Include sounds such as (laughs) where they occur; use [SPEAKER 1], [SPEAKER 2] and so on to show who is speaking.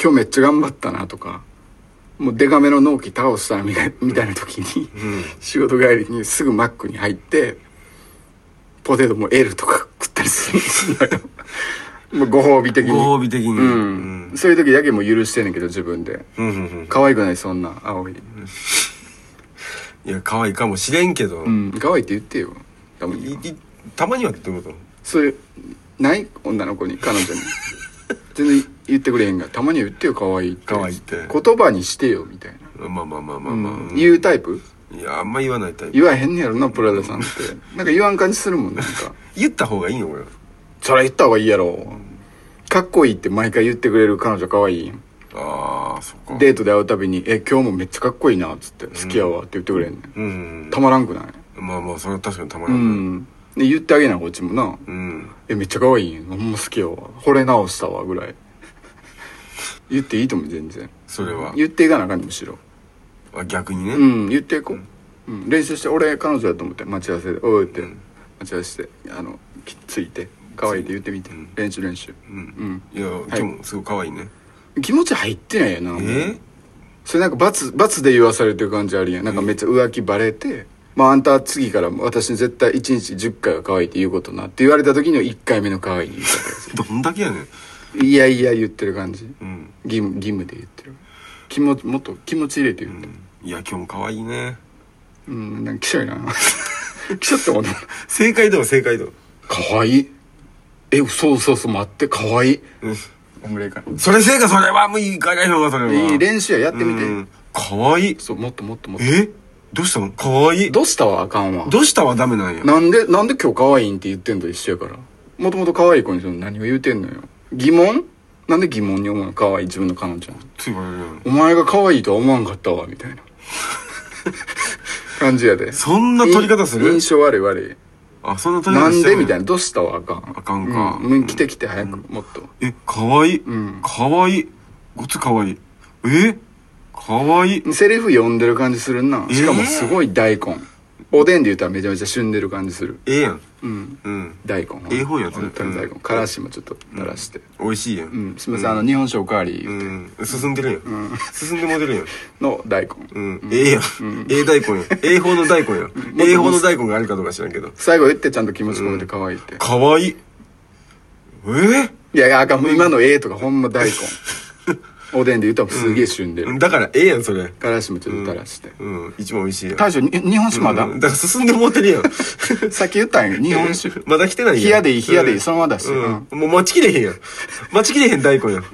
[SPEAKER 1] 今日めっちゃ頑張ったなとかもうデカめの納期倒したみたいみたいな時に、仕事帰りにすぐマックに入ってポテトも L とか食ったりするん
[SPEAKER 2] (laughs)
[SPEAKER 1] だよもうご褒美的に
[SPEAKER 2] ご褒美的に
[SPEAKER 1] う
[SPEAKER 2] う
[SPEAKER 1] ん、
[SPEAKER 2] ん
[SPEAKER 1] そういう時だけもう許してんねんけど自分で
[SPEAKER 2] うんうんうん
[SPEAKER 1] 可愛くないそんな青い
[SPEAKER 2] いや可愛いかもしれんけど、
[SPEAKER 1] うん可愛いって言ってよ多分
[SPEAKER 2] いいたまにはってどういうこ
[SPEAKER 1] そういうない女の子に彼
[SPEAKER 2] (laughs)
[SPEAKER 1] 女に全然言ってくれへんがたまには言ってよ可愛いって
[SPEAKER 2] 可愛いって
[SPEAKER 1] 言葉にしてよみたいな、
[SPEAKER 2] とまあまあまあまあ
[SPEAKER 1] うん
[SPEAKER 2] まあ、うん
[SPEAKER 1] 言うタイプ
[SPEAKER 2] いやあんま言わないタイプ
[SPEAKER 1] 言わへんねやろなプラダさんってなんか言わん感じするもんなんか
[SPEAKER 2] 言った方がいいよ俺は
[SPEAKER 1] そら言った方がいいやろかっこいいって毎回言ってくれる彼女可愛い
[SPEAKER 2] ああそっか
[SPEAKER 1] デートで会うたびに「え今日もめっちゃかっこいいな」っつって「好きやわ」って言ってくれんねん
[SPEAKER 2] うんうん
[SPEAKER 1] たまらんくない
[SPEAKER 2] まあまあそれは確かにたま
[SPEAKER 1] う
[SPEAKER 2] らん
[SPEAKER 1] んで言ってあげなこっちもな
[SPEAKER 2] うん
[SPEAKER 1] 「えめっちゃ可愛いんほんま好きやわ惚れ直したわ」ぐらい (laughs) 言っていいと思う全然
[SPEAKER 2] それは
[SPEAKER 1] 言っていかなあかんねむしろ
[SPEAKER 2] あ逆にね、
[SPEAKER 1] うん言っていこう、うん、練習して俺彼女だと思って待ち合わせで「おう」って
[SPEAKER 2] うん
[SPEAKER 1] 待ち合わせしてあのきついて可愛いって言ってみて
[SPEAKER 2] うん
[SPEAKER 1] 練習練習
[SPEAKER 2] うんいや今日もすごい可愛いね
[SPEAKER 1] 気持ち入ってないよなもう
[SPEAKER 2] え
[SPEAKER 1] それなんか罰罰で言わされてる感じあるやんなんかめっちゃ浮気バレて、まああんた次から私に絶対1日10回は可愛いって言うことなって言われた時の1回目の可愛いに言った感
[SPEAKER 2] どんだけやねん
[SPEAKER 1] じいやいや言ってる感じ
[SPEAKER 2] うん、
[SPEAKER 1] 義務義務で言ってる気持ちもっと気持ち入れて
[SPEAKER 2] う
[SPEAKER 1] 言ってる
[SPEAKER 2] ん、いや今日も可愛いね
[SPEAKER 1] うん、なんかきしょいな (laughs) きしょって思った
[SPEAKER 2] 正解だわ正解だわ
[SPEAKER 1] 可愛いえそうそうそう待って可愛い
[SPEAKER 2] うん
[SPEAKER 1] こんぐらいか
[SPEAKER 2] それ正解それはもういいかないのかそれはい
[SPEAKER 1] い練習ややってみて、
[SPEAKER 2] うん可愛い
[SPEAKER 1] そうもっともっともっと
[SPEAKER 2] えどうしたの可愛いど
[SPEAKER 1] どうしたわあかんわ
[SPEAKER 2] うしたはダメなんや
[SPEAKER 1] なんでなんで今日可愛いんって言ってんと一緒やからもともと可愛い子にその何を言うてんのよ疑問なんで疑問に思うの可愛い自分の彼女の
[SPEAKER 2] つい言われるやん
[SPEAKER 1] お前が可愛いとは思わんかったわみたいな感じやで
[SPEAKER 2] (laughs) そんな取り方する
[SPEAKER 1] 印象悪い悪
[SPEAKER 2] あそんな取
[SPEAKER 1] い
[SPEAKER 2] り
[SPEAKER 1] な
[SPEAKER 2] 方
[SPEAKER 1] ん
[SPEAKER 2] し
[SPEAKER 1] でみたい
[SPEAKER 2] な
[SPEAKER 1] などうしたわあかん
[SPEAKER 2] あかんか
[SPEAKER 1] うんうん、来て来て早く、もっと
[SPEAKER 2] え可愛い
[SPEAKER 1] ん
[SPEAKER 2] 可愛いごつ可愛いえ可愛い
[SPEAKER 1] セリフ読んでる感じするな
[SPEAKER 2] えー
[SPEAKER 1] しかもすごい大根、おでんで言ったらめちゃめちゃ旬でる感じする
[SPEAKER 2] ええやん
[SPEAKER 1] うん
[SPEAKER 2] うん
[SPEAKER 1] 大根
[SPEAKER 2] ええ方やつ
[SPEAKER 1] 本当に大根
[SPEAKER 2] うん
[SPEAKER 1] からしもちょっと垂らして
[SPEAKER 2] 美味しいやん
[SPEAKER 1] うん、すみませんあの日本酒おかわり
[SPEAKER 2] うん進んでるやん進んでもてるやん
[SPEAKER 1] の大根、
[SPEAKER 2] うんええやんええ大
[SPEAKER 1] (laughs)
[SPEAKER 2] 根やんええ方の大根やんええ方の大根があるかどうか知らんけど
[SPEAKER 1] 最後言ってちゃんと気持ち込めて可愛いって、
[SPEAKER 2] 可愛いえ
[SPEAKER 1] いやいやあかん今のええとかほんま
[SPEAKER 2] (laughs)
[SPEAKER 1] 大根おでんで言ったらすげえ旬でる、
[SPEAKER 2] えだからええやんそれ
[SPEAKER 1] からしもちょっと垂らして、
[SPEAKER 2] うん一番美味しいやん
[SPEAKER 1] 大将に日本酒まだ、
[SPEAKER 2] うんだから進んでもうてる
[SPEAKER 1] (laughs)
[SPEAKER 2] やん
[SPEAKER 1] さっき言ったんや日本酒
[SPEAKER 2] (laughs) まだ来てないやん
[SPEAKER 1] 冷やでいい冷やでいい
[SPEAKER 2] うん
[SPEAKER 1] そのままだし
[SPEAKER 2] うんもう待ちきれへんやん待ちきれへん大根やん